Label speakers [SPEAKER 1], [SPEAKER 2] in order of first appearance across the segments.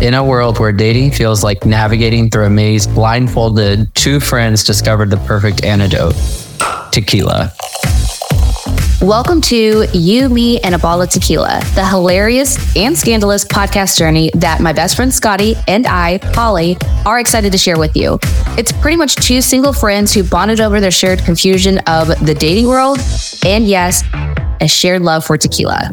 [SPEAKER 1] In a world where dating feels like navigating through a maze, blindfolded, two friends discovered the perfect antidote tequila.
[SPEAKER 2] Welcome to You, Me, and a Bottle of Tequila, the hilarious and scandalous podcast journey that my best friend Scotty and I, Polly, are excited to share with you. It's pretty much two single friends who bonded over their shared confusion of the dating world and, yes, a shared love for tequila.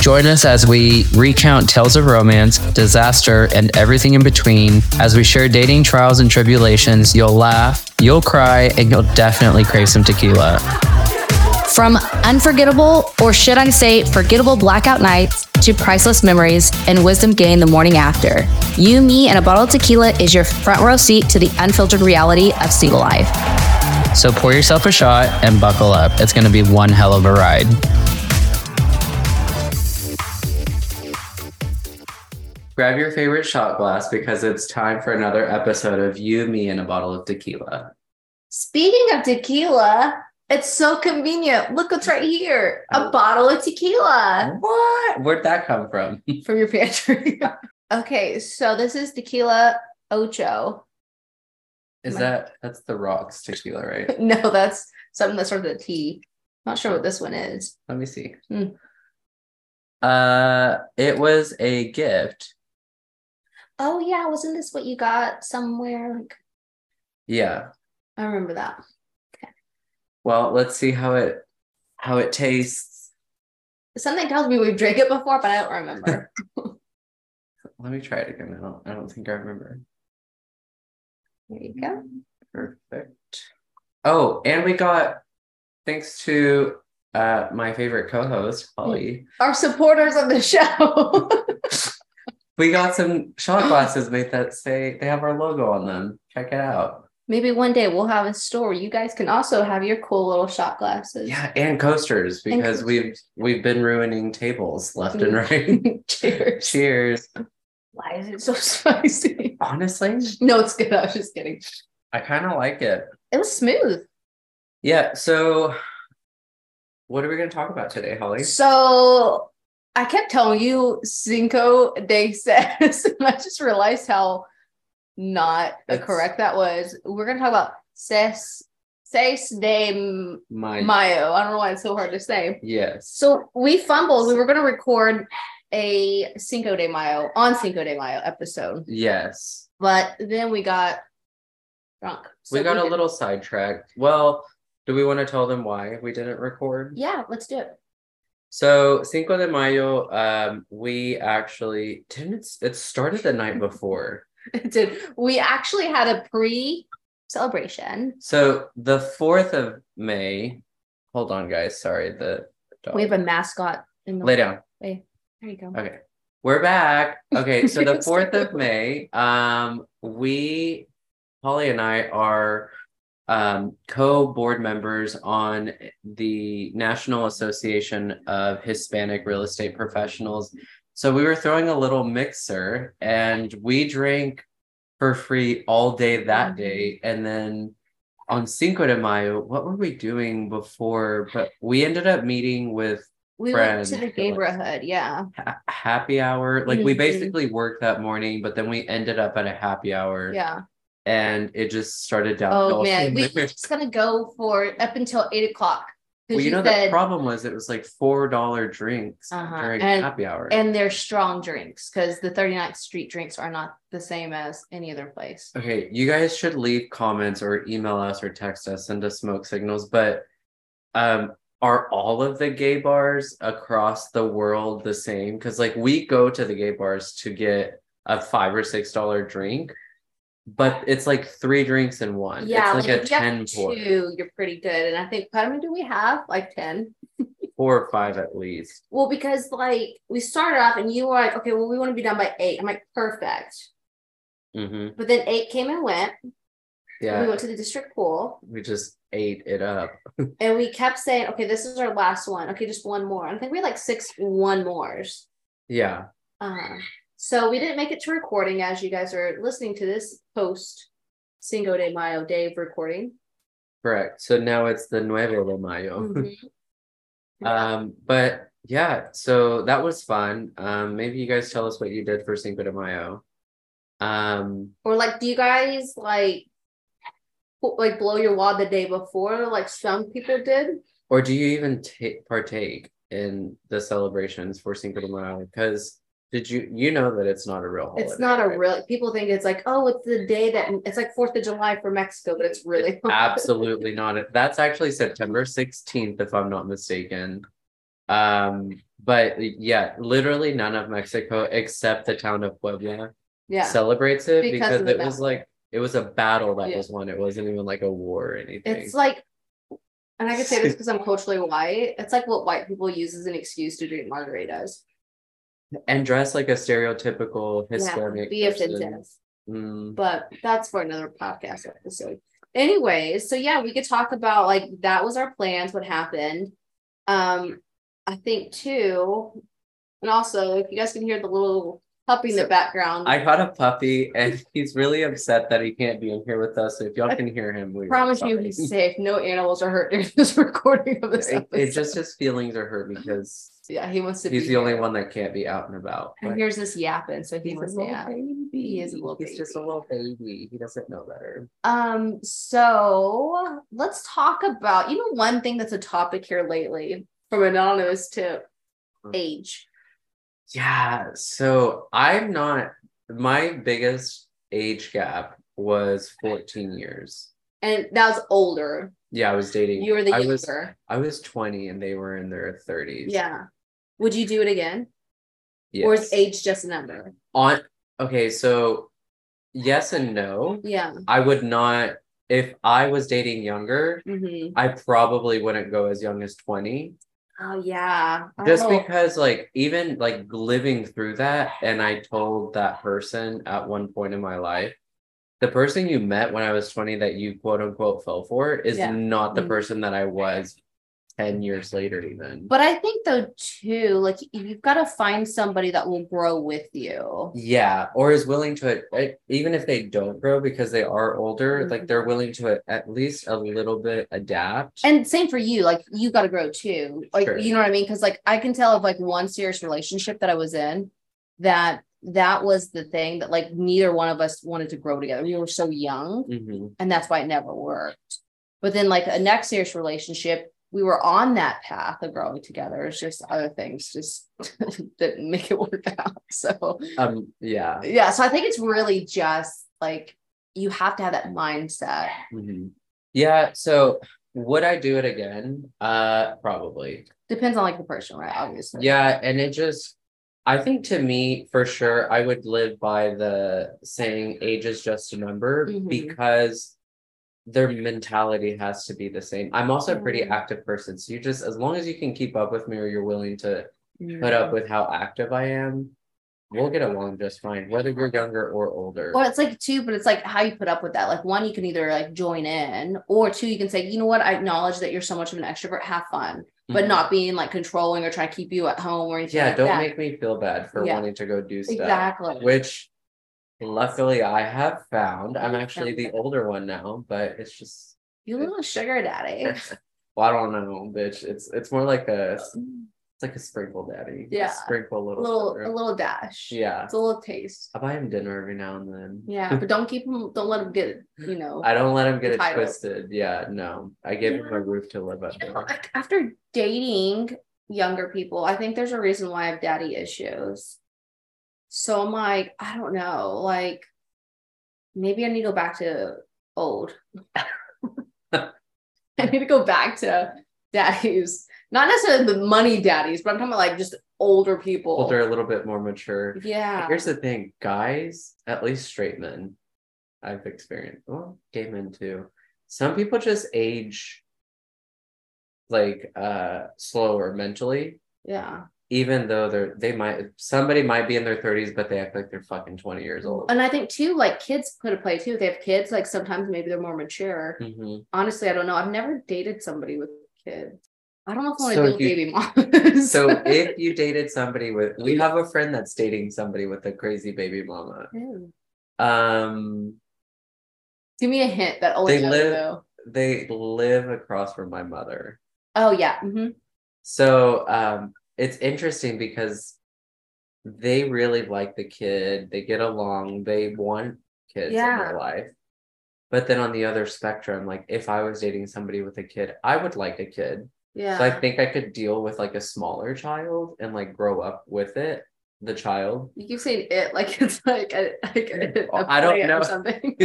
[SPEAKER 1] Join us as we recount tales of romance, disaster, and everything in between. As we share dating trials and tribulations, you'll laugh, you'll cry, and you'll definitely crave some tequila.
[SPEAKER 2] From unforgettable, or should I say, forgettable blackout nights to priceless memories and wisdom gained the morning after, You, Me, and a Bottle of Tequila is your front row seat to the unfiltered reality of single life.
[SPEAKER 1] So pour yourself a shot and buckle up. It's going to be one hell of a ride. Grab your favorite shot glass because it's time for another episode of You, Me, and a Bottle of Tequila.
[SPEAKER 3] Speaking of tequila, it's so convenient. Look what's right here a
[SPEAKER 1] Oh.
[SPEAKER 3] bottle of tequila
[SPEAKER 1] What? Where'd that come from?
[SPEAKER 3] from your pantry. okay, so this is tequila ocho.
[SPEAKER 1] Is
[SPEAKER 3] My-
[SPEAKER 1] that that's the rocks tequila, right?
[SPEAKER 3] No, that's something that starts with a T. Not sure what this one is.
[SPEAKER 1] Let me see.
[SPEAKER 3] Hmm.
[SPEAKER 1] Uh, it was a gift.
[SPEAKER 3] Oh, yeah. Wasn't this what you got somewhere? Like,
[SPEAKER 1] Yeah.
[SPEAKER 3] I remember that.
[SPEAKER 1] Well, let's see how it how it tastes.
[SPEAKER 3] Something tells me we've drank it before, but I don't remember.
[SPEAKER 1] Let me try it again. I don't I don't think I remember.
[SPEAKER 3] there you go.
[SPEAKER 1] Perfect. Oh, and we got thanks to uh my favorite co-host, Holly.
[SPEAKER 3] Our supporters of the show.
[SPEAKER 1] We got some shot glasses made that say they have our logo on them. Check it out.
[SPEAKER 3] Maybe one day we'll have a store. You guys can also have your cool little shot glasses.
[SPEAKER 1] Yeah, and coasters
[SPEAKER 3] And
[SPEAKER 1] because we've we've been ruining tables left and right.
[SPEAKER 3] Cheers.
[SPEAKER 1] Cheers.
[SPEAKER 3] Why is it so spicy?
[SPEAKER 1] Honestly,
[SPEAKER 3] No, it's good. I was just kidding.
[SPEAKER 1] I kind of like it.
[SPEAKER 3] It was smooth.
[SPEAKER 1] Yeah. So, what are we going to talk about today, Holly?
[SPEAKER 3] So I kept telling you Cinco de Ses, and I just realized how not
[SPEAKER 1] It's-
[SPEAKER 3] correct that was. We're gonna talk about Ses Ses de
[SPEAKER 1] My
[SPEAKER 3] Mayo. I don't know why it's so hard to say.
[SPEAKER 1] yes.
[SPEAKER 3] So we fumbled. We were gonna record a Cinco de Mayo on Cinco de Mayo episode,
[SPEAKER 1] Yes.
[SPEAKER 3] but then we got drunk. So
[SPEAKER 1] we got a
[SPEAKER 3] did-
[SPEAKER 1] little sidetracked. Well, do we want to tell them why we didn't record?
[SPEAKER 3] Yeah, let's do it.
[SPEAKER 1] So Cinco de Mayo, um, we actually didn't. it's- It started the night before.
[SPEAKER 3] It did. We actually had a pre celebration.
[SPEAKER 1] So the fourth of May. Hold on, guys. Sorry, the dog.
[SPEAKER 3] We have a mascot in the
[SPEAKER 1] lay down.
[SPEAKER 3] There you go.
[SPEAKER 1] Okay. We're back. Okay, so the
[SPEAKER 3] Yes.
[SPEAKER 1] 4th of May, um we Holly and I are um co-board members on the National Association of Hispanic Real Estate Professionals. So we were throwing a little mixer and we drank for free all day that day and then on Cinco de Mayo, what were we doing before? But we ended up meeting with
[SPEAKER 3] We went to
[SPEAKER 1] Friend.
[SPEAKER 3] the neighborhood. Yeah.
[SPEAKER 1] ha- happy hour. Like we
[SPEAKER 3] Mhm.
[SPEAKER 1] basically worked that morning, but then we ended up at a happy hour.
[SPEAKER 3] Yeah.
[SPEAKER 1] And it just started downhill.
[SPEAKER 3] Oh man.
[SPEAKER 1] from
[SPEAKER 3] We
[SPEAKER 1] there.
[SPEAKER 3] were just gonna go for up until eight o'clock.
[SPEAKER 1] well,
[SPEAKER 3] Because
[SPEAKER 1] you
[SPEAKER 3] you
[SPEAKER 1] know the
[SPEAKER 3] said
[SPEAKER 1] problem was it was like four dollar drinks
[SPEAKER 3] Uh-huh.
[SPEAKER 1] during
[SPEAKER 3] And-
[SPEAKER 1] happy hour.
[SPEAKER 3] and they're strong drinks because the 39th Street drinks are not the same as any other place.
[SPEAKER 1] okay, you guys should leave comments or email us or text us, send us smoke signals. But um are all of the gay bars across the world the same? Because like we go to the gay bars to get a five or six dollar drink, but it's like three drinks in one.
[SPEAKER 3] Yeah,
[SPEAKER 1] it's like a
[SPEAKER 3] if you have
[SPEAKER 1] ten pour.
[SPEAKER 3] two, you're pretty good. And I think how many do we have? Like 10.
[SPEAKER 1] four or five at least.
[SPEAKER 3] Well, because like we started off and you were like, okay, well, we want to be done by eight. I'm like, perfect.
[SPEAKER 1] hmm
[SPEAKER 3] But then eight came and went. We
[SPEAKER 1] Yeah,
[SPEAKER 3] went to the district pool
[SPEAKER 1] we just ate it up.
[SPEAKER 3] and we kept saying, okay, this is our last one. Okay, just one more. I think we had like six one mores.
[SPEAKER 1] Yeah,
[SPEAKER 3] Uh, so we didn't make it to recording as you guys are listening to this post Cinco de Mayo day of recording.
[SPEAKER 1] Oh.
[SPEAKER 3] Mm-hmm.
[SPEAKER 1] correct. So now it's the Nuevo de Mayo.
[SPEAKER 3] Mhm.
[SPEAKER 1] Um, but yeah, so that was fun. Um, maybe you guys tell us what you did for Cinco de Mayo. Um,
[SPEAKER 3] Or like, do you guys like put- like blow your wad the day before, like some people did?
[SPEAKER 1] or do you even ta- partake in the celebrations for Cinco de Mayo? Because did you you know that it's not a real holiday?
[SPEAKER 3] It's not a
[SPEAKER 1] right?
[SPEAKER 3] real. People think it's like, oh, it's the day that it's like Fourth of July for Mexico, but it's really
[SPEAKER 1] absolutely not. That's actually September 16th, if I'm not mistaken. Um, but yeah, literally none of Mexico except the town of Puebla
[SPEAKER 4] Yeah.
[SPEAKER 1] celebrates it
[SPEAKER 3] Because
[SPEAKER 1] because,
[SPEAKER 3] of
[SPEAKER 1] it
[SPEAKER 3] the
[SPEAKER 1] was
[SPEAKER 3] battle.
[SPEAKER 1] like it was a battle that
[SPEAKER 4] Yeah.
[SPEAKER 1] was won. It wasn't even like a war or anything.
[SPEAKER 3] It's like, and I can say this because I'm culturally white. It's like what white people use as an excuse to drink margaritas.
[SPEAKER 1] and dressed like a stereotypical
[SPEAKER 3] Yeah,
[SPEAKER 1] Hispanic.
[SPEAKER 3] be
[SPEAKER 1] person.
[SPEAKER 3] offensive.
[SPEAKER 1] Mm,
[SPEAKER 3] but that's for another podcast episode. Anyways, so yeah, we could talk about like that was our plans, what happened. Um, I think too, and also if you guys can hear the little puppy in the
[SPEAKER 1] So,
[SPEAKER 3] background,
[SPEAKER 1] I got a puppy and he's really upset that he can't be in here with us. So if y'all can hear him, we
[SPEAKER 3] I promise you he's safe. No animals are hurt during this recording of this
[SPEAKER 1] it,
[SPEAKER 3] episode.
[SPEAKER 1] it just his feelings are hurt because
[SPEAKER 3] yeah, he wants to
[SPEAKER 1] he's
[SPEAKER 3] be
[SPEAKER 1] the only
[SPEAKER 3] here.
[SPEAKER 1] one that can't be out and about.
[SPEAKER 3] And
[SPEAKER 1] but
[SPEAKER 3] here's this yapping, so he wants to yap.
[SPEAKER 1] baby.
[SPEAKER 3] He is a little
[SPEAKER 1] He's just a
[SPEAKER 3] baby.
[SPEAKER 1] little baby. He doesn't know better.
[SPEAKER 3] Um, so let's talk about you know one thing that's a topic here lately from anonymous tip,
[SPEAKER 1] Hmm.
[SPEAKER 3] age.
[SPEAKER 1] Yeah. So I'm not. My biggest age gap was 14 years.
[SPEAKER 3] And that was older.
[SPEAKER 1] Yeah, I was dating.
[SPEAKER 3] You were the
[SPEAKER 1] I
[SPEAKER 3] younger.
[SPEAKER 1] was I was 20 and they were in their 30s.
[SPEAKER 3] yeah. Would you do it again?
[SPEAKER 1] Yes.
[SPEAKER 3] Or is age just a number?
[SPEAKER 1] on okay, so yes and no.
[SPEAKER 3] Yeah.
[SPEAKER 1] I would not if I was dating younger,
[SPEAKER 3] hmm
[SPEAKER 1] I probably wouldn't go as young as 20.
[SPEAKER 3] Oh yeah.
[SPEAKER 1] Just
[SPEAKER 3] Oh.
[SPEAKER 1] because like even like living through that and I told that person at one point in my life the person you met when I was 20 that you quote unquote fell for is
[SPEAKER 3] Yeah.
[SPEAKER 1] not the
[SPEAKER 3] Mhm.
[SPEAKER 1] person that I was 10 years later even.
[SPEAKER 3] But I think though too, like you've got to find somebody that will grow with you.
[SPEAKER 1] Yeah, or is willing to like, even if they don't grow because they are older, like
[SPEAKER 3] Mhm.
[SPEAKER 1] they're willing to uh, at least a little bit adapt.
[SPEAKER 3] And same for you, like you got to grow too. Like
[SPEAKER 1] Sure.
[SPEAKER 3] you know what I mean? Because like I can tell of like one serious relationship that I was in, that that was the thing that like neither one of us wanted to grow together. We were so young,
[SPEAKER 1] Mhm.
[SPEAKER 3] and that's why it never worked. But then like a next serious relationship, we were on that path of growing together. It's just other things just didn't make it work out. So
[SPEAKER 1] Um, yeah.
[SPEAKER 3] yeah, so I think it's really just like you have to have that mindset.
[SPEAKER 1] Mhm. Yeah, so would I do it again? Uh, probably.
[SPEAKER 3] Depends on like the person, right? Obviously.
[SPEAKER 1] Yeah, and it just, I think to me, for sure, I would live by the saying age is just a number
[SPEAKER 3] Mhm.
[SPEAKER 1] because their mentality has to be the same. I'm also a pretty
[SPEAKER 3] Yeah.
[SPEAKER 1] active person. So you just, as long as you can keep up with me or you're willing to put
[SPEAKER 3] Mm-hmm.
[SPEAKER 1] up with how active I am, we'll get along just fine, whether you're younger or older.
[SPEAKER 3] Well, it's like two, but it's like how you put up with that. Like one, you can either like join in, or two, you can say, you know what, I acknowledge that you're so much of an extrovert. Have fun, but
[SPEAKER 1] Mhm.
[SPEAKER 3] not being like controlling or trying to keep you at home or anything.
[SPEAKER 1] Yeah,
[SPEAKER 3] like
[SPEAKER 1] don't
[SPEAKER 3] that.
[SPEAKER 1] make me feel bad for
[SPEAKER 3] Yeah.
[SPEAKER 1] wanting to go do stuff.
[SPEAKER 3] exactly.
[SPEAKER 1] Which luckily I have found. I'm actually the
[SPEAKER 3] Yeah.
[SPEAKER 1] older one now, but it's just
[SPEAKER 3] you little sugar daddy.
[SPEAKER 1] Well, I don't know, bitch. It's it's more like a it's like a sprinkle daddy.
[SPEAKER 3] Yeah.
[SPEAKER 1] Sprinkle a
[SPEAKER 3] a
[SPEAKER 1] little.
[SPEAKER 3] little,
[SPEAKER 1] sugar.
[SPEAKER 3] a little dash.
[SPEAKER 1] Yeah.
[SPEAKER 3] it's a little taste.
[SPEAKER 1] I buy him dinner every now and then.
[SPEAKER 3] Yeah, but don't keep them. Don't let them get you know.
[SPEAKER 1] I don't let him get it
[SPEAKER 3] Entitled.
[SPEAKER 1] twisted. Yeah, no. I gave him a roof to live
[SPEAKER 3] You know,
[SPEAKER 1] under.
[SPEAKER 3] like, after dating younger people, I think there's a reason why I have daddy issues. So I'm like, I don't know, like maybe I need to go back to old. I need to go back to daddies, not necessarily the money daddies, but I'm talking about like just older people.
[SPEAKER 1] Older, a little bit more mature.
[SPEAKER 3] Yeah.
[SPEAKER 1] Here's the thing, guys, at least straight men, I've experienced, well, gay men too. Some people just age like uh slower mentally,
[SPEAKER 3] yeah.
[SPEAKER 1] even though they're they might somebody might be in their 30s, but they act like they're fucking 20 years old.
[SPEAKER 3] And I think too, like kids put a play too. If they have kids, like sometimes maybe they're more mature.
[SPEAKER 1] Mhm.
[SPEAKER 3] Honestly, I don't know. I've never dated somebody with kids. I don't know if I want to
[SPEAKER 1] So
[SPEAKER 3] be a
[SPEAKER 1] you-
[SPEAKER 3] baby mom.
[SPEAKER 1] So if you dated somebody with we have a friend that's dating somebody with a crazy baby mama.
[SPEAKER 3] Ooh.
[SPEAKER 1] Um
[SPEAKER 3] Give me a hint that only
[SPEAKER 1] They
[SPEAKER 3] I would
[SPEAKER 1] live-
[SPEAKER 3] know.
[SPEAKER 1] they live across from my mother.
[SPEAKER 3] Mm-hmm. Oh yeah, hmm
[SPEAKER 1] So um it's interesting because they really like the kid. They get along. They want kids in
[SPEAKER 3] Yeah.
[SPEAKER 1] their life. But then on the other spectrum, like if I was dating somebody with a kid, I would like a kid.
[SPEAKER 3] Yeah.
[SPEAKER 1] So I think I could deal with like a smaller child and like grow up with it, the child.
[SPEAKER 3] you keep saying it like it's like a, like a, a
[SPEAKER 1] I don't
[SPEAKER 3] plant
[SPEAKER 1] know.
[SPEAKER 3] or something.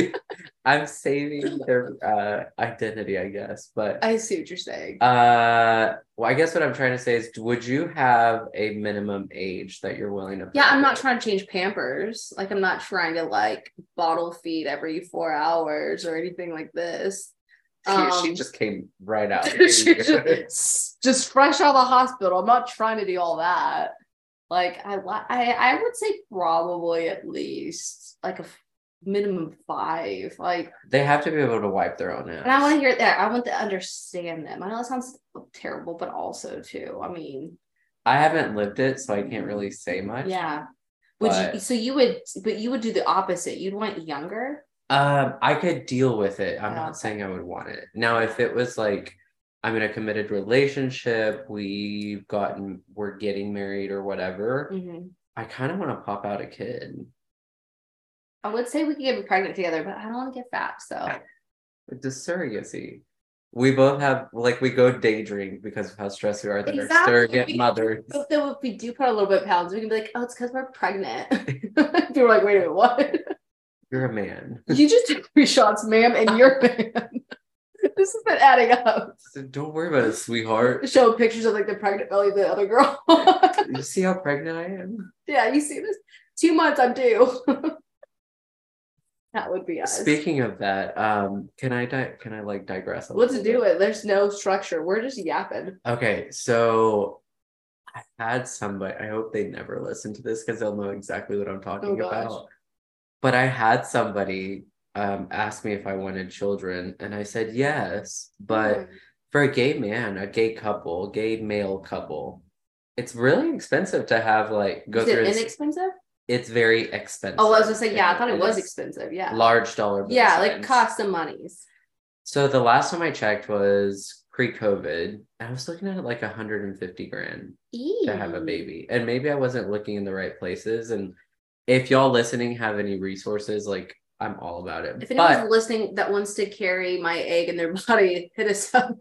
[SPEAKER 1] I'm saving their uh, identity, I guess. But
[SPEAKER 4] I see what you're saying.
[SPEAKER 1] uh, well, I guess what I'm trying to say is, would you have a minimum age that you're willing to?
[SPEAKER 3] Yeah, I'm not
[SPEAKER 1] put?
[SPEAKER 3] trying to change Pampers. Like I'm not trying to like bottle feed every four hours or anything like this.
[SPEAKER 1] She, she
[SPEAKER 3] Um,
[SPEAKER 1] just came right out.
[SPEAKER 4] She just, just fresh out of the hospital. I'm not trying to do all that.
[SPEAKER 3] like I li- I I would say probably at least like a f- minimum five. Like,
[SPEAKER 1] they have to be able to wipe their own ass.
[SPEAKER 3] and I want to hear that. I want to understand them. I know that sounds terrible, but also too. I mean,
[SPEAKER 1] I haven't lived it, so I can't really say much.
[SPEAKER 3] yeah. Would you?
[SPEAKER 1] But-
[SPEAKER 3] So you would, but you would do the opposite. You'd want younger.
[SPEAKER 1] Um, I could deal with it. I'm
[SPEAKER 3] Oh, okay.
[SPEAKER 1] not saying I would want it. Now, if it was like I'm in a committed relationship, we've gotten we're getting married or whatever,
[SPEAKER 4] Mm-hmm.
[SPEAKER 3] Mhm.
[SPEAKER 1] I kind of want to pop out a kid.
[SPEAKER 3] I would say we could get pregnant together, but I don't want to get fat. So.
[SPEAKER 1] It's a surrogacy. We both have like we go day drink because of how stressed we are that our
[SPEAKER 3] Exactly.
[SPEAKER 1] surrogate mothers.
[SPEAKER 3] But then if we do put on a little bit of pounds, we can be like, oh, it's because we're pregnant. People are like, wait a minute, what?
[SPEAKER 1] You're a man.
[SPEAKER 4] You just took three shots, ma'am, and you're a man. this has been adding up.
[SPEAKER 1] So don't worry about it, sweetheart.
[SPEAKER 4] Show pictures of like the pregnant belly of the other girl.
[SPEAKER 1] You see how pregnant I am?
[SPEAKER 4] yeah, you see this? Two months, I'm due. that would be us.
[SPEAKER 1] Speaking of that, um, can I di- can I like digress a
[SPEAKER 4] Let's
[SPEAKER 1] little bit?
[SPEAKER 4] do it. There's no structure. We're just yapping.
[SPEAKER 1] Okay, so I had somebody, I hope they never listen to this because they'll know exactly what I'm
[SPEAKER 3] Oh,
[SPEAKER 1] talking
[SPEAKER 4] gosh.
[SPEAKER 1] about. But I had somebody um, ask me if I wanted children, and I said yes. But
[SPEAKER 3] Mm.
[SPEAKER 1] for a gay man, a gay couple, gay male couple, it's really expensive to have like go
[SPEAKER 3] is
[SPEAKER 1] through.
[SPEAKER 3] it
[SPEAKER 1] this-
[SPEAKER 3] inexpensive?
[SPEAKER 1] it's very expensive.
[SPEAKER 3] Oh, I was gonna say, yeah, I
[SPEAKER 1] It-
[SPEAKER 3] thought it
[SPEAKER 1] it
[SPEAKER 3] was
[SPEAKER 1] is
[SPEAKER 3] expensive. Yeah.
[SPEAKER 1] large dollar. bill
[SPEAKER 3] yeah, like
[SPEAKER 1] signs.
[SPEAKER 3] cost some monies.
[SPEAKER 1] So the last time I checked was pre-COVID, and I was looking at like 150 grand to have a
[SPEAKER 3] Eee.
[SPEAKER 1] baby. And maybe I wasn't looking in the right places. And if y'all listening have any resources, like I'm all about it.
[SPEAKER 3] If anyone's
[SPEAKER 1] but
[SPEAKER 3] listening that wants to carry my egg in their body, hit us up.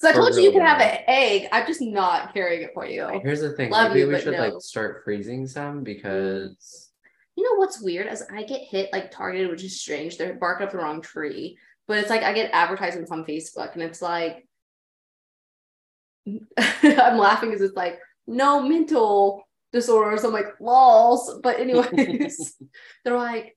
[SPEAKER 4] So I
[SPEAKER 1] For
[SPEAKER 4] told you you
[SPEAKER 1] real,
[SPEAKER 4] could have
[SPEAKER 1] yeah.
[SPEAKER 4] an egg. I'm just not carrying it for you.
[SPEAKER 1] here's the thing,
[SPEAKER 3] Love
[SPEAKER 1] maybe
[SPEAKER 3] you,
[SPEAKER 1] we
[SPEAKER 3] but
[SPEAKER 1] should
[SPEAKER 3] no.
[SPEAKER 1] like start freezing some because
[SPEAKER 3] You know what's weird? As I get hit, like targeted, which is strange. They're barking up the wrong tree. But it's like I get advertisements on Facebook, and it's like I'm laughing because it's like no mental disorders. I'm like lols. But anyways, they're like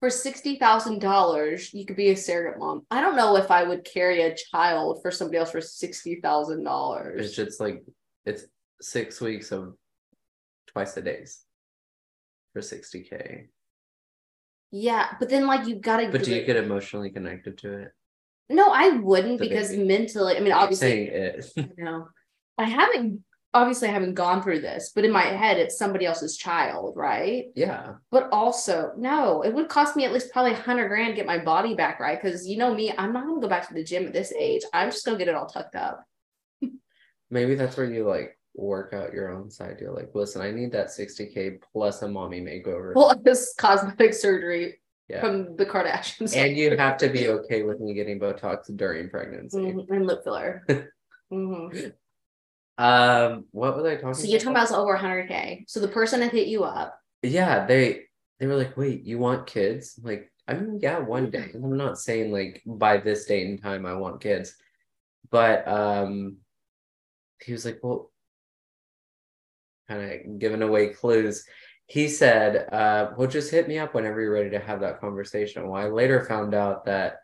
[SPEAKER 3] for sixty thousand dollars, you could be a surrogate mom. I don't know if I would carry a child for somebody else for sixty thousand dollars.
[SPEAKER 1] it's just like it's six weeks of twice a days for 60k.
[SPEAKER 3] Yeah, but then like you gotta.
[SPEAKER 1] But
[SPEAKER 3] do
[SPEAKER 1] do you
[SPEAKER 3] it-
[SPEAKER 1] get emotionally connected to it?
[SPEAKER 3] No, I wouldn't
[SPEAKER 1] The
[SPEAKER 3] because
[SPEAKER 1] baby.
[SPEAKER 3] mentally, I mean, obviously,
[SPEAKER 1] Saying it.
[SPEAKER 3] No, I haven't. Obviously, I haven't gone through this, but in my head, it's somebody else's child, right?
[SPEAKER 1] yeah.
[SPEAKER 3] But also, no, it would cost me at least probably a hundred grand to get my body back, right? Because you know me, I'm not gonna go back to the gym at this age. I'm just gonna get it all tucked up.
[SPEAKER 1] Maybe that's where you like work out your own side. You're like, listen, I need that 60k plus a mommy makeover.
[SPEAKER 3] Well, this cosmetic surgery
[SPEAKER 1] yeah.
[SPEAKER 3] from the Kardashians
[SPEAKER 1] and you have to be okay with me getting Botox during pregnancy.
[SPEAKER 3] Mhm, and lip filler. Mhm.
[SPEAKER 1] Um, what was I talking?
[SPEAKER 3] So you're talking about it's over 100k. So the person that hit you up,
[SPEAKER 1] Yeah, they they were like, "Wait, you want kids?" I'm like, I mean, yeah, one day. And I'm not saying like by this date and time I want kids, but um, he was like, "Well," kind of giving away clues. He said, uh, "Well, just hit me up whenever you're ready to have that conversation." Well, I later found out that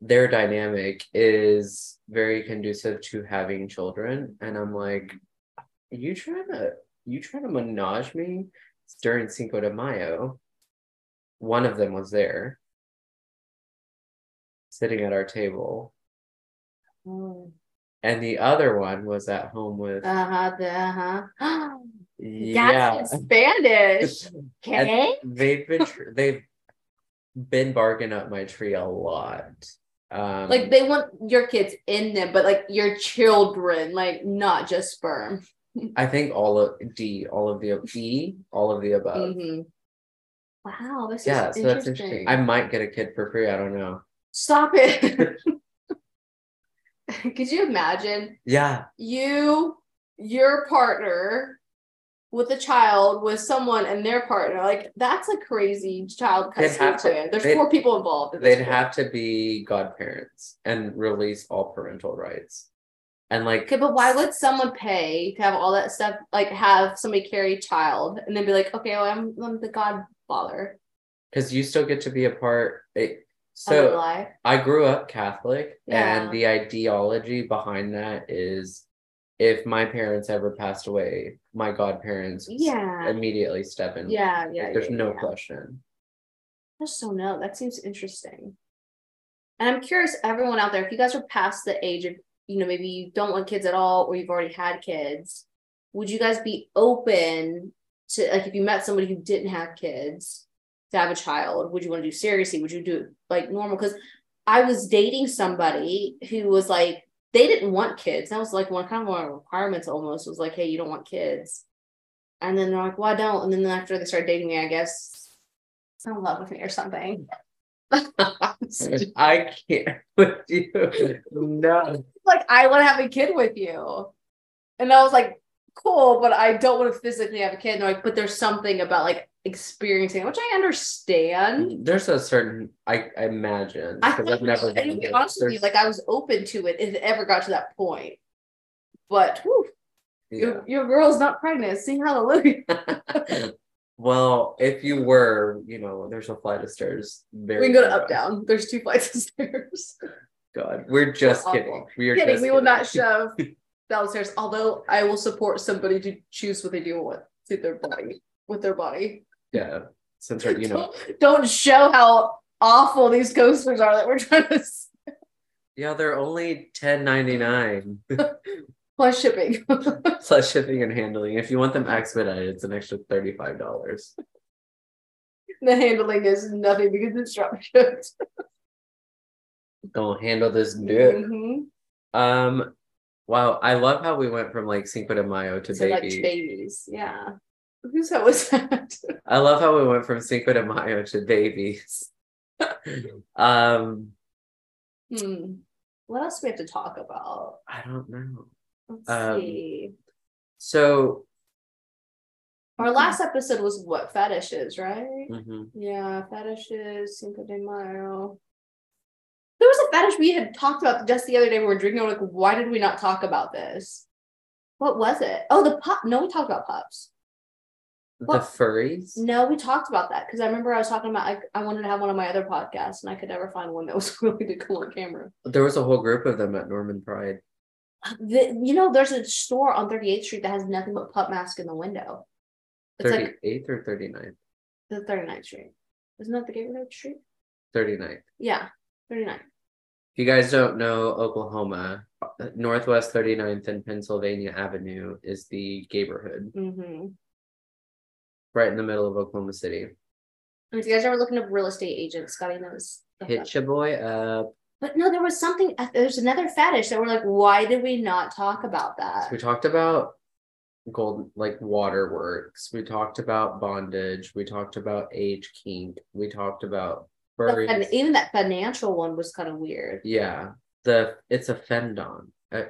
[SPEAKER 1] their dynamic is very conducive to having children, and I'm like, "You trying to you trying to menage me?" during Cinco de Mayo, one of them was there sitting at our table, Mm.
[SPEAKER 3] uh
[SPEAKER 1] and the other one was at home with,
[SPEAKER 3] huh, uh huh.
[SPEAKER 1] yeah,
[SPEAKER 3] That's in Spanish. Okay.
[SPEAKER 1] they've been, tr- they've been barking up my tree a lot. Um,
[SPEAKER 3] Like they want your kids in them, but like your children, like not just sperm.
[SPEAKER 1] I think all of D, all of the E, all of the above.
[SPEAKER 3] Mhm. Wow, this
[SPEAKER 1] Yeah,
[SPEAKER 3] is
[SPEAKER 1] so
[SPEAKER 3] interesting.
[SPEAKER 1] that's interesting. I might get a kid for free. I don't know.
[SPEAKER 3] Stop it. Could you imagine
[SPEAKER 1] Yeah,
[SPEAKER 3] you, your partner with a child with someone and their partner? Like that's a crazy child
[SPEAKER 1] They'd
[SPEAKER 3] custody
[SPEAKER 1] have to-
[SPEAKER 3] plan. There's
[SPEAKER 1] they'd-
[SPEAKER 3] four people involved. at this
[SPEAKER 1] they'd
[SPEAKER 3] point.
[SPEAKER 1] have to be godparents and release all parental rights. And like,
[SPEAKER 3] Okay, but why would someone pay to have all that stuff? Like have somebody carry a child and then be like, okay, well, I'm, I'm the godfather.
[SPEAKER 1] because you still get to be a part. It,
[SPEAKER 3] I'm
[SPEAKER 1] so
[SPEAKER 3] alive.
[SPEAKER 1] I grew up Catholic,
[SPEAKER 3] Yeah.
[SPEAKER 1] and the ideology behind that is if my parents ever passed away, my godparents s-
[SPEAKER 3] Yeah.
[SPEAKER 1] immediately step in.
[SPEAKER 3] Yeah, yeah.
[SPEAKER 1] Like, there's
[SPEAKER 3] yeah,
[SPEAKER 1] no
[SPEAKER 3] yeah.
[SPEAKER 1] question.
[SPEAKER 3] I just don't know. That seems interesting. And I'm curious, everyone out there, if you guys are past the age of, you know, maybe you don't want kids at all or you've already had kids, would you guys be open to, like, if you met somebody who didn't have kids to have a child, would you want to do surrogacy? Would you do it like normal? Because I was dating somebody who was like, they didn't want kids. That was like one kind of one of the requirements almost was like, hey, you don't want kids. And then they're like, well, I don't. And then after they started dating me, I guess fell in love with me or something.
[SPEAKER 1] I can't with you. No.
[SPEAKER 4] like I want to have a kid with you.
[SPEAKER 3] And I was like, cool, but I don't want to physically have a kid. And they're like, but there's something about like experiencing, it, which I understand.
[SPEAKER 1] There's a certain I, I imagine
[SPEAKER 3] I
[SPEAKER 1] Mm-hmm. because I've never
[SPEAKER 3] and to
[SPEAKER 1] done
[SPEAKER 3] be
[SPEAKER 1] this,
[SPEAKER 3] honest with you,
[SPEAKER 1] there's-
[SPEAKER 3] like I was open to it if it ever got to that point. But whew, your, your girl's not pregnant. Sing hallelujah.
[SPEAKER 1] yeah. well, if you were, you know, there's a flight of stairs. Very
[SPEAKER 3] we can go to
[SPEAKER 1] nearby.
[SPEAKER 3] up down. There's two flights of stairs.
[SPEAKER 1] God, we're just
[SPEAKER 3] Awful.
[SPEAKER 1] kidding. We are
[SPEAKER 3] kidding.
[SPEAKER 1] just
[SPEAKER 3] We will not
[SPEAKER 1] kidding.
[SPEAKER 3] shove downstairs. Although I will support somebody to choose what they do with to their body with their body.
[SPEAKER 1] Yeah, since we're, you know,
[SPEAKER 3] Don't show how awful these coasters are that we're trying to s-
[SPEAKER 1] Yeah, they're only ten ninety nine
[SPEAKER 3] plus shipping.
[SPEAKER 1] plus shipping and handling. If you want them expedited, it's an extra thirty five dollars.
[SPEAKER 3] the handling is nothing because it's drop shipped.
[SPEAKER 1] Don't handle this dick.
[SPEAKER 3] Mhm.
[SPEAKER 1] Um, wow, I love how we went from like Cinco de Mayo to
[SPEAKER 3] So like
[SPEAKER 1] baby.
[SPEAKER 3] babies, yeah. Who's that was that?
[SPEAKER 1] I love how we went from Cinco de Mayo to babies. um,
[SPEAKER 3] hmm. What else do we have to talk about?
[SPEAKER 1] I don't know.
[SPEAKER 3] Let's
[SPEAKER 1] Um,
[SPEAKER 3] see.
[SPEAKER 1] So
[SPEAKER 3] Our last episode was what fetishes, right?
[SPEAKER 1] mhm.
[SPEAKER 3] Yeah, fetishes, Cinco de Mayo. There was a fetish we had talked about just the other day. We were drinking. We're like, why did we not talk about this? What was it? Oh, the pup. No, we talked about pups.
[SPEAKER 1] the
[SPEAKER 3] What?
[SPEAKER 1] furries.
[SPEAKER 3] No, we talked about that because I remember I was talking about I, I wanted to have one of my other podcasts and I could never find one that was willing to come on camera.
[SPEAKER 1] There was a whole group of them at Norman Pride.
[SPEAKER 3] The, you know, there's a store on 38th Street that has nothing but pup mask in the window. It's
[SPEAKER 1] Thirty
[SPEAKER 3] like
[SPEAKER 1] eighth or 39th?
[SPEAKER 3] the 39th Street. Isn't that the Gateway Street?
[SPEAKER 1] 39th.
[SPEAKER 3] Yeah, 39th.
[SPEAKER 1] If you guys don't know Oklahoma, Northwest 39th and Pennsylvania Avenue is the neighborhood
[SPEAKER 3] Mm-hmm.
[SPEAKER 1] right in the middle of Oklahoma City.
[SPEAKER 3] If you guys ever looking up real estate agents, Scotty knows. the fuck.
[SPEAKER 1] Hit your boy uh, up.
[SPEAKER 3] But no, there was something. uh, There's another fetish that we're like, why did we not talk about
[SPEAKER 1] So
[SPEAKER 3] that?
[SPEAKER 1] we talked about gold, like waterworks. We talked about bondage. We talked about age kink. We talked about furries.
[SPEAKER 3] And even that financial one was kind of weird.
[SPEAKER 1] yeah, the it's a fendon. Uh,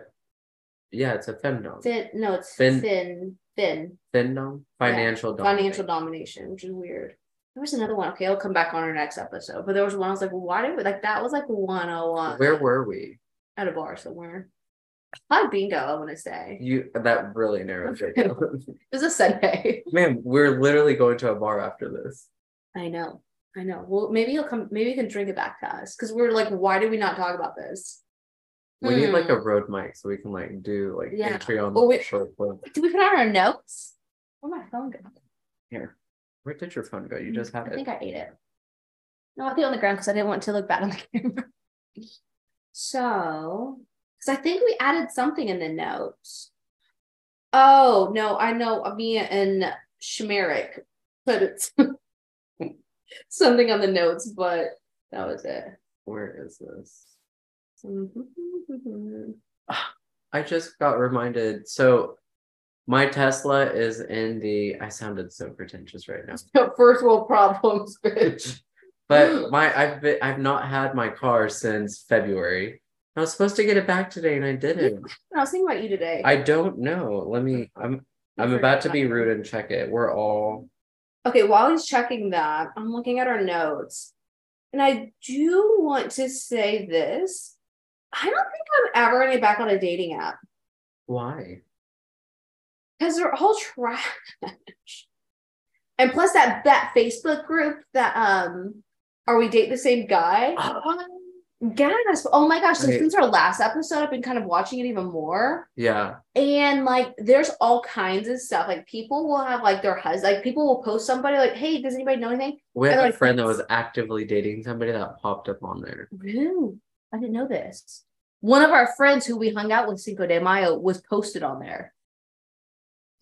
[SPEAKER 1] yeah, it's a fendon.
[SPEAKER 3] Fin, no, it's
[SPEAKER 1] Fin-
[SPEAKER 3] fin, fin,
[SPEAKER 1] Fendon, financial dom.
[SPEAKER 3] financial domination, which is weird. There was another one. Okay, I'll come back on our next episode. But there was one I was like, why did we like that? Was like 101
[SPEAKER 1] Where were we?
[SPEAKER 3] at a bar somewhere. Probably bingo, I want to say.
[SPEAKER 1] You that really narrows it down.
[SPEAKER 3] It was a Sunday.
[SPEAKER 1] Ma'am, we're literally going to a bar after this.
[SPEAKER 3] I know. I know. Well, maybe he'll come. Maybe he can drink it back to us because we're like, why did we not talk about this?
[SPEAKER 1] We need like
[SPEAKER 3] Hmm.
[SPEAKER 1] a road mic so we can like do like
[SPEAKER 3] Yeah.
[SPEAKER 1] entry on
[SPEAKER 3] Well,
[SPEAKER 1] the
[SPEAKER 3] we-
[SPEAKER 1] short clip.
[SPEAKER 3] Did we put out our notes? Where my phone go?
[SPEAKER 1] Here. Where did your phone go? You just have
[SPEAKER 3] I
[SPEAKER 1] it.
[SPEAKER 3] think I ate it. No, I put it on the ground because I didn't want to look bad on the camera. So, because I think we added something in the notes. Oh no, I know. Me and Shmerick put it something on the notes, but that was it.
[SPEAKER 1] Where is this? I just got reminded. So my Tesla is in the. I sounded so pretentious right now.
[SPEAKER 3] First world problems, bitch. Hmm.
[SPEAKER 1] But my I've been I've not had my car since February. I was supposed to get it back today and I didn't.
[SPEAKER 3] I was thinking about you today.
[SPEAKER 1] I don't know. Let me I'm I'm about to be rude and check it. We're all
[SPEAKER 3] Okay, while he's checking that, I'm looking at our notes. And I do want to say this. I don't think I'm ever going to get back on a dating app
[SPEAKER 1] why?
[SPEAKER 3] because they're all trash. and plus that that Facebook group that um are we date the same guy? Gasp. Oh my gosh. So
[SPEAKER 1] Okay.
[SPEAKER 3] since our last episode, I've been kind of watching it even more.
[SPEAKER 1] Yeah.
[SPEAKER 3] And like there's all kinds of stuff. Like people will have like their husband, like people will post somebody like, hey, does anybody know anything?
[SPEAKER 1] We had
[SPEAKER 3] They're
[SPEAKER 1] a
[SPEAKER 3] like,
[SPEAKER 1] friend that
[SPEAKER 3] "Thanks."
[SPEAKER 1] was actively dating somebody that popped up on there.
[SPEAKER 3] Really? I didn't know this. One of our friends who we hung out with Cinco de Mayo was posted on there.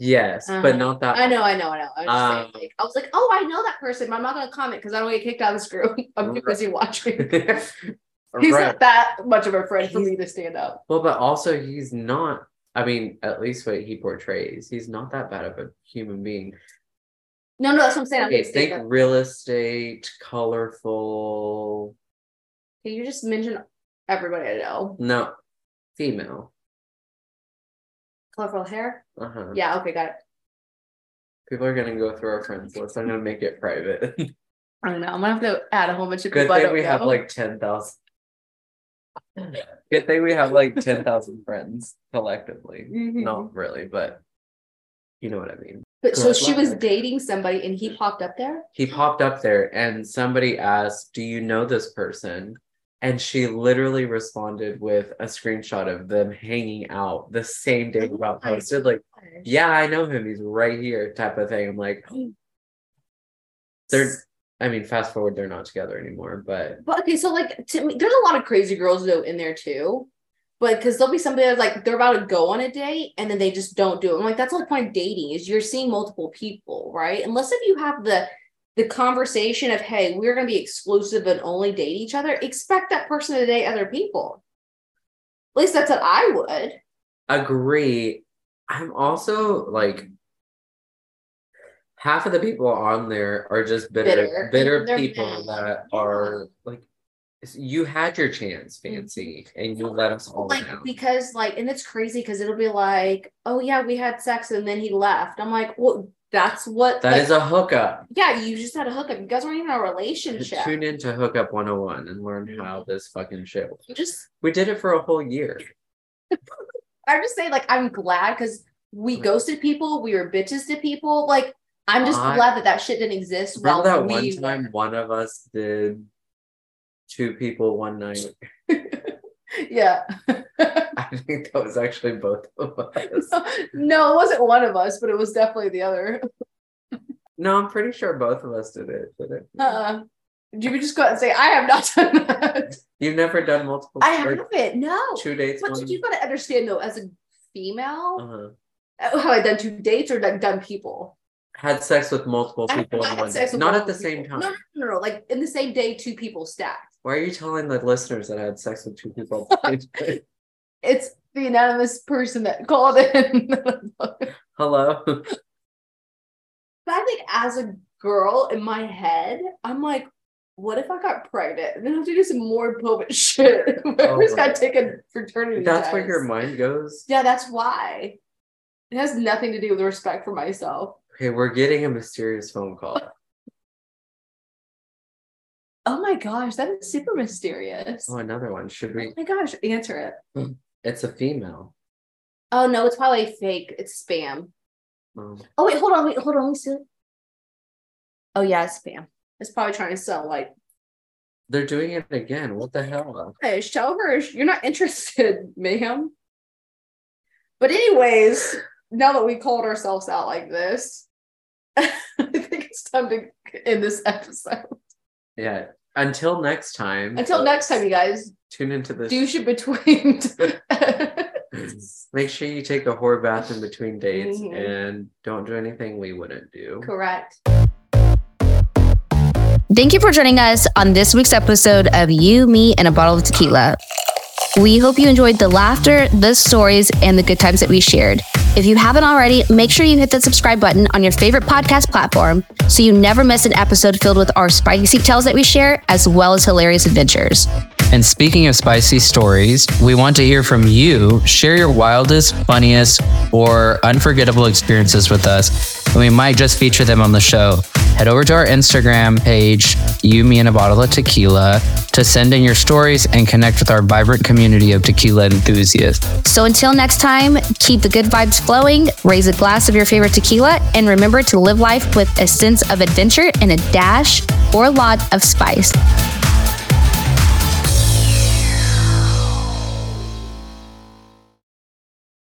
[SPEAKER 1] Yes,
[SPEAKER 3] Uh-huh.
[SPEAKER 1] but not that
[SPEAKER 3] I know, I know, I know. I was, just saying,
[SPEAKER 1] Uh, Um,
[SPEAKER 3] like, I was like, oh, I know that person, but I'm not going to comment because I don't get kicked out of this group. I'm too
[SPEAKER 1] Right.
[SPEAKER 3] busy watching. He's
[SPEAKER 1] right.
[SPEAKER 3] not that much of a friend for
[SPEAKER 1] He's-
[SPEAKER 3] me to stand up.
[SPEAKER 1] Well, but also he's not. I mean, at least what he portrays, he's not that bad of a human being.
[SPEAKER 3] No, no, that's what I'm saying. I'm
[SPEAKER 1] Okay,
[SPEAKER 3] gonna stand
[SPEAKER 1] think
[SPEAKER 3] up.
[SPEAKER 1] real estate, colorful.
[SPEAKER 3] Okay, you just mentioned everybody I know.
[SPEAKER 1] No, female.
[SPEAKER 3] Colorful hair.
[SPEAKER 1] Uh huh.
[SPEAKER 3] Yeah. Okay, got it.
[SPEAKER 1] People are gonna go through our friends list. I'm gonna make it private.
[SPEAKER 3] I don't know. I'm gonna have to add a whole bunch of
[SPEAKER 1] Good
[SPEAKER 3] people. I
[SPEAKER 1] thing
[SPEAKER 3] don't
[SPEAKER 1] we have
[SPEAKER 3] know.
[SPEAKER 1] like ten thousand. Good thing we have like ten thousand friends collectively.
[SPEAKER 3] Mhm.
[SPEAKER 1] Not really, but you know what I mean.
[SPEAKER 3] But so she was
[SPEAKER 1] Correct.
[SPEAKER 3] dating somebody, and he popped up there.
[SPEAKER 1] he popped up there and somebody asked, Do you know this person? And she literally responded with a screenshot of them hanging out the same day
[SPEAKER 3] Oh
[SPEAKER 1] about
[SPEAKER 3] my
[SPEAKER 1] posted, like,
[SPEAKER 3] Gosh.
[SPEAKER 1] yeah, I know him. He's right here, type of thing. I'm like, they're I mean, fast forward, they're not together anymore, but
[SPEAKER 3] But okay, so like to me, there's a lot of crazy girls though in there too. But because there'll be somebody that's like they're about to go on a date and then they just don't do it. I'm like, that's the whole point of dating is you're seeing multiple people, right? Unless if you have the the conversation of hey, we're gonna be exclusive and only date each other, expect that person to date other people. At least that's what I would.
[SPEAKER 1] agree. I'm also like half of the people on there are just bitter,
[SPEAKER 3] Bitter.
[SPEAKER 1] bitter,
[SPEAKER 3] They're
[SPEAKER 1] people
[SPEAKER 3] mad.
[SPEAKER 1] that are like you had your chance, fancy, and you let us all
[SPEAKER 3] like
[SPEAKER 1] down.
[SPEAKER 3] because like and it's crazy because it'll be like, oh yeah, we had sex and then he left. I'm like, well, that's what
[SPEAKER 1] That
[SPEAKER 3] like,
[SPEAKER 1] is a hookup.
[SPEAKER 3] yeah, you just had a hookup. You guys weren't even in a relationship.
[SPEAKER 1] Tune in to Hookup 101 and learn how this fucking shit.
[SPEAKER 3] I'm just
[SPEAKER 1] We did it for a whole year.
[SPEAKER 3] I'm just saying like I'm glad because we ghosted people, we were bitches to people. Like I'm just
[SPEAKER 1] I-
[SPEAKER 3] glad that that shit didn't exist.
[SPEAKER 1] Remember
[SPEAKER 3] while
[SPEAKER 1] that one
[SPEAKER 3] we
[SPEAKER 1] time
[SPEAKER 3] were-
[SPEAKER 1] one of us did two people one night?
[SPEAKER 3] Yeah.
[SPEAKER 1] I think that was actually both of us.
[SPEAKER 3] no, it wasn't one of us, but it was definitely the other.
[SPEAKER 1] No, I'm pretty sure both of us did it. Did it?
[SPEAKER 3] Uh, you could just go out and say I have not done that.
[SPEAKER 1] You've never done multiple
[SPEAKER 3] I
[SPEAKER 1] or
[SPEAKER 3] haven't. No.
[SPEAKER 1] two dates.
[SPEAKER 3] But
[SPEAKER 1] one-
[SPEAKER 3] you gotta understand though, as a female,
[SPEAKER 1] uh-huh.
[SPEAKER 3] have I done two dates or done, done people?
[SPEAKER 1] Had sex with multiple
[SPEAKER 3] I have
[SPEAKER 1] people in
[SPEAKER 3] had
[SPEAKER 1] one
[SPEAKER 3] sex
[SPEAKER 1] day.
[SPEAKER 3] with
[SPEAKER 1] Not at the
[SPEAKER 3] multiple
[SPEAKER 1] same
[SPEAKER 3] people.
[SPEAKER 1] time.
[SPEAKER 3] No, no, no, no. Like in the same day, two people stacked.
[SPEAKER 1] Why are you telling the listeners that I had sex with two people? at the same time?
[SPEAKER 3] it's the anonymous person that called in. but
[SPEAKER 1] Hello.
[SPEAKER 3] I think as a girl in my head, I'm like, what if I got pregnant? And then I have to do some more COVID shit. Whoever's
[SPEAKER 1] my-
[SPEAKER 3] got taken fraternity.
[SPEAKER 1] Oh, That's where
[SPEAKER 3] tests.
[SPEAKER 1] your mind goes.
[SPEAKER 3] Yeah, that's why. It has nothing to do with respect for myself.
[SPEAKER 1] Okay, we're getting a mysterious phone call.
[SPEAKER 3] Oh my gosh, that is super mysterious.
[SPEAKER 1] Oh,
[SPEAKER 3] Oh
[SPEAKER 1] another one. Should we?
[SPEAKER 3] my gosh, answer it.
[SPEAKER 1] It's a female.
[SPEAKER 3] Oh no, it's probably fake. It's spam.
[SPEAKER 1] Um,
[SPEAKER 3] Oh wait, hold on, wait, hold on, let me see. Oh yeah, it's spam. It's probably trying to sell like
[SPEAKER 1] they're doing it again. What the hell?
[SPEAKER 3] Hey, tell her you're not interested, ma'am. But anyways, now that we called ourselves out like this, I think it's time to end this episode.
[SPEAKER 1] Yeah. Until next time.
[SPEAKER 3] Until next time, you guys,
[SPEAKER 1] Tune into this.
[SPEAKER 3] douche it between.
[SPEAKER 1] Make sure you take a whore bath in between dates
[SPEAKER 3] Mhm.
[SPEAKER 1] and don't do anything we wouldn't do.
[SPEAKER 3] Correct.
[SPEAKER 2] Thank you for joining us on this week's episode of You, Me, and a Bottle of Tequila. We hope you enjoyed the laughter, the stories, and the good times that we shared. If you haven't already, make sure you hit that subscribe button on your favorite podcast platform so you never miss an episode filled with our spicy tales that we share, as well as hilarious adventures.
[SPEAKER 5] And speaking of spicy stories, we want to hear from you. Share your wildest, funniest, or unforgettable experiences with us, and we might just feature them on the show. Head over to our Instagram page, You, Me, and a Bottle of Tequila, to send in your stories and connect with our vibrant community of tequila enthusiasts.
[SPEAKER 2] So until next time, keep the good vibes flowing, raise a glass of your favorite tequila, and remember to live life with a sense of adventure and a dash or a lot of spice.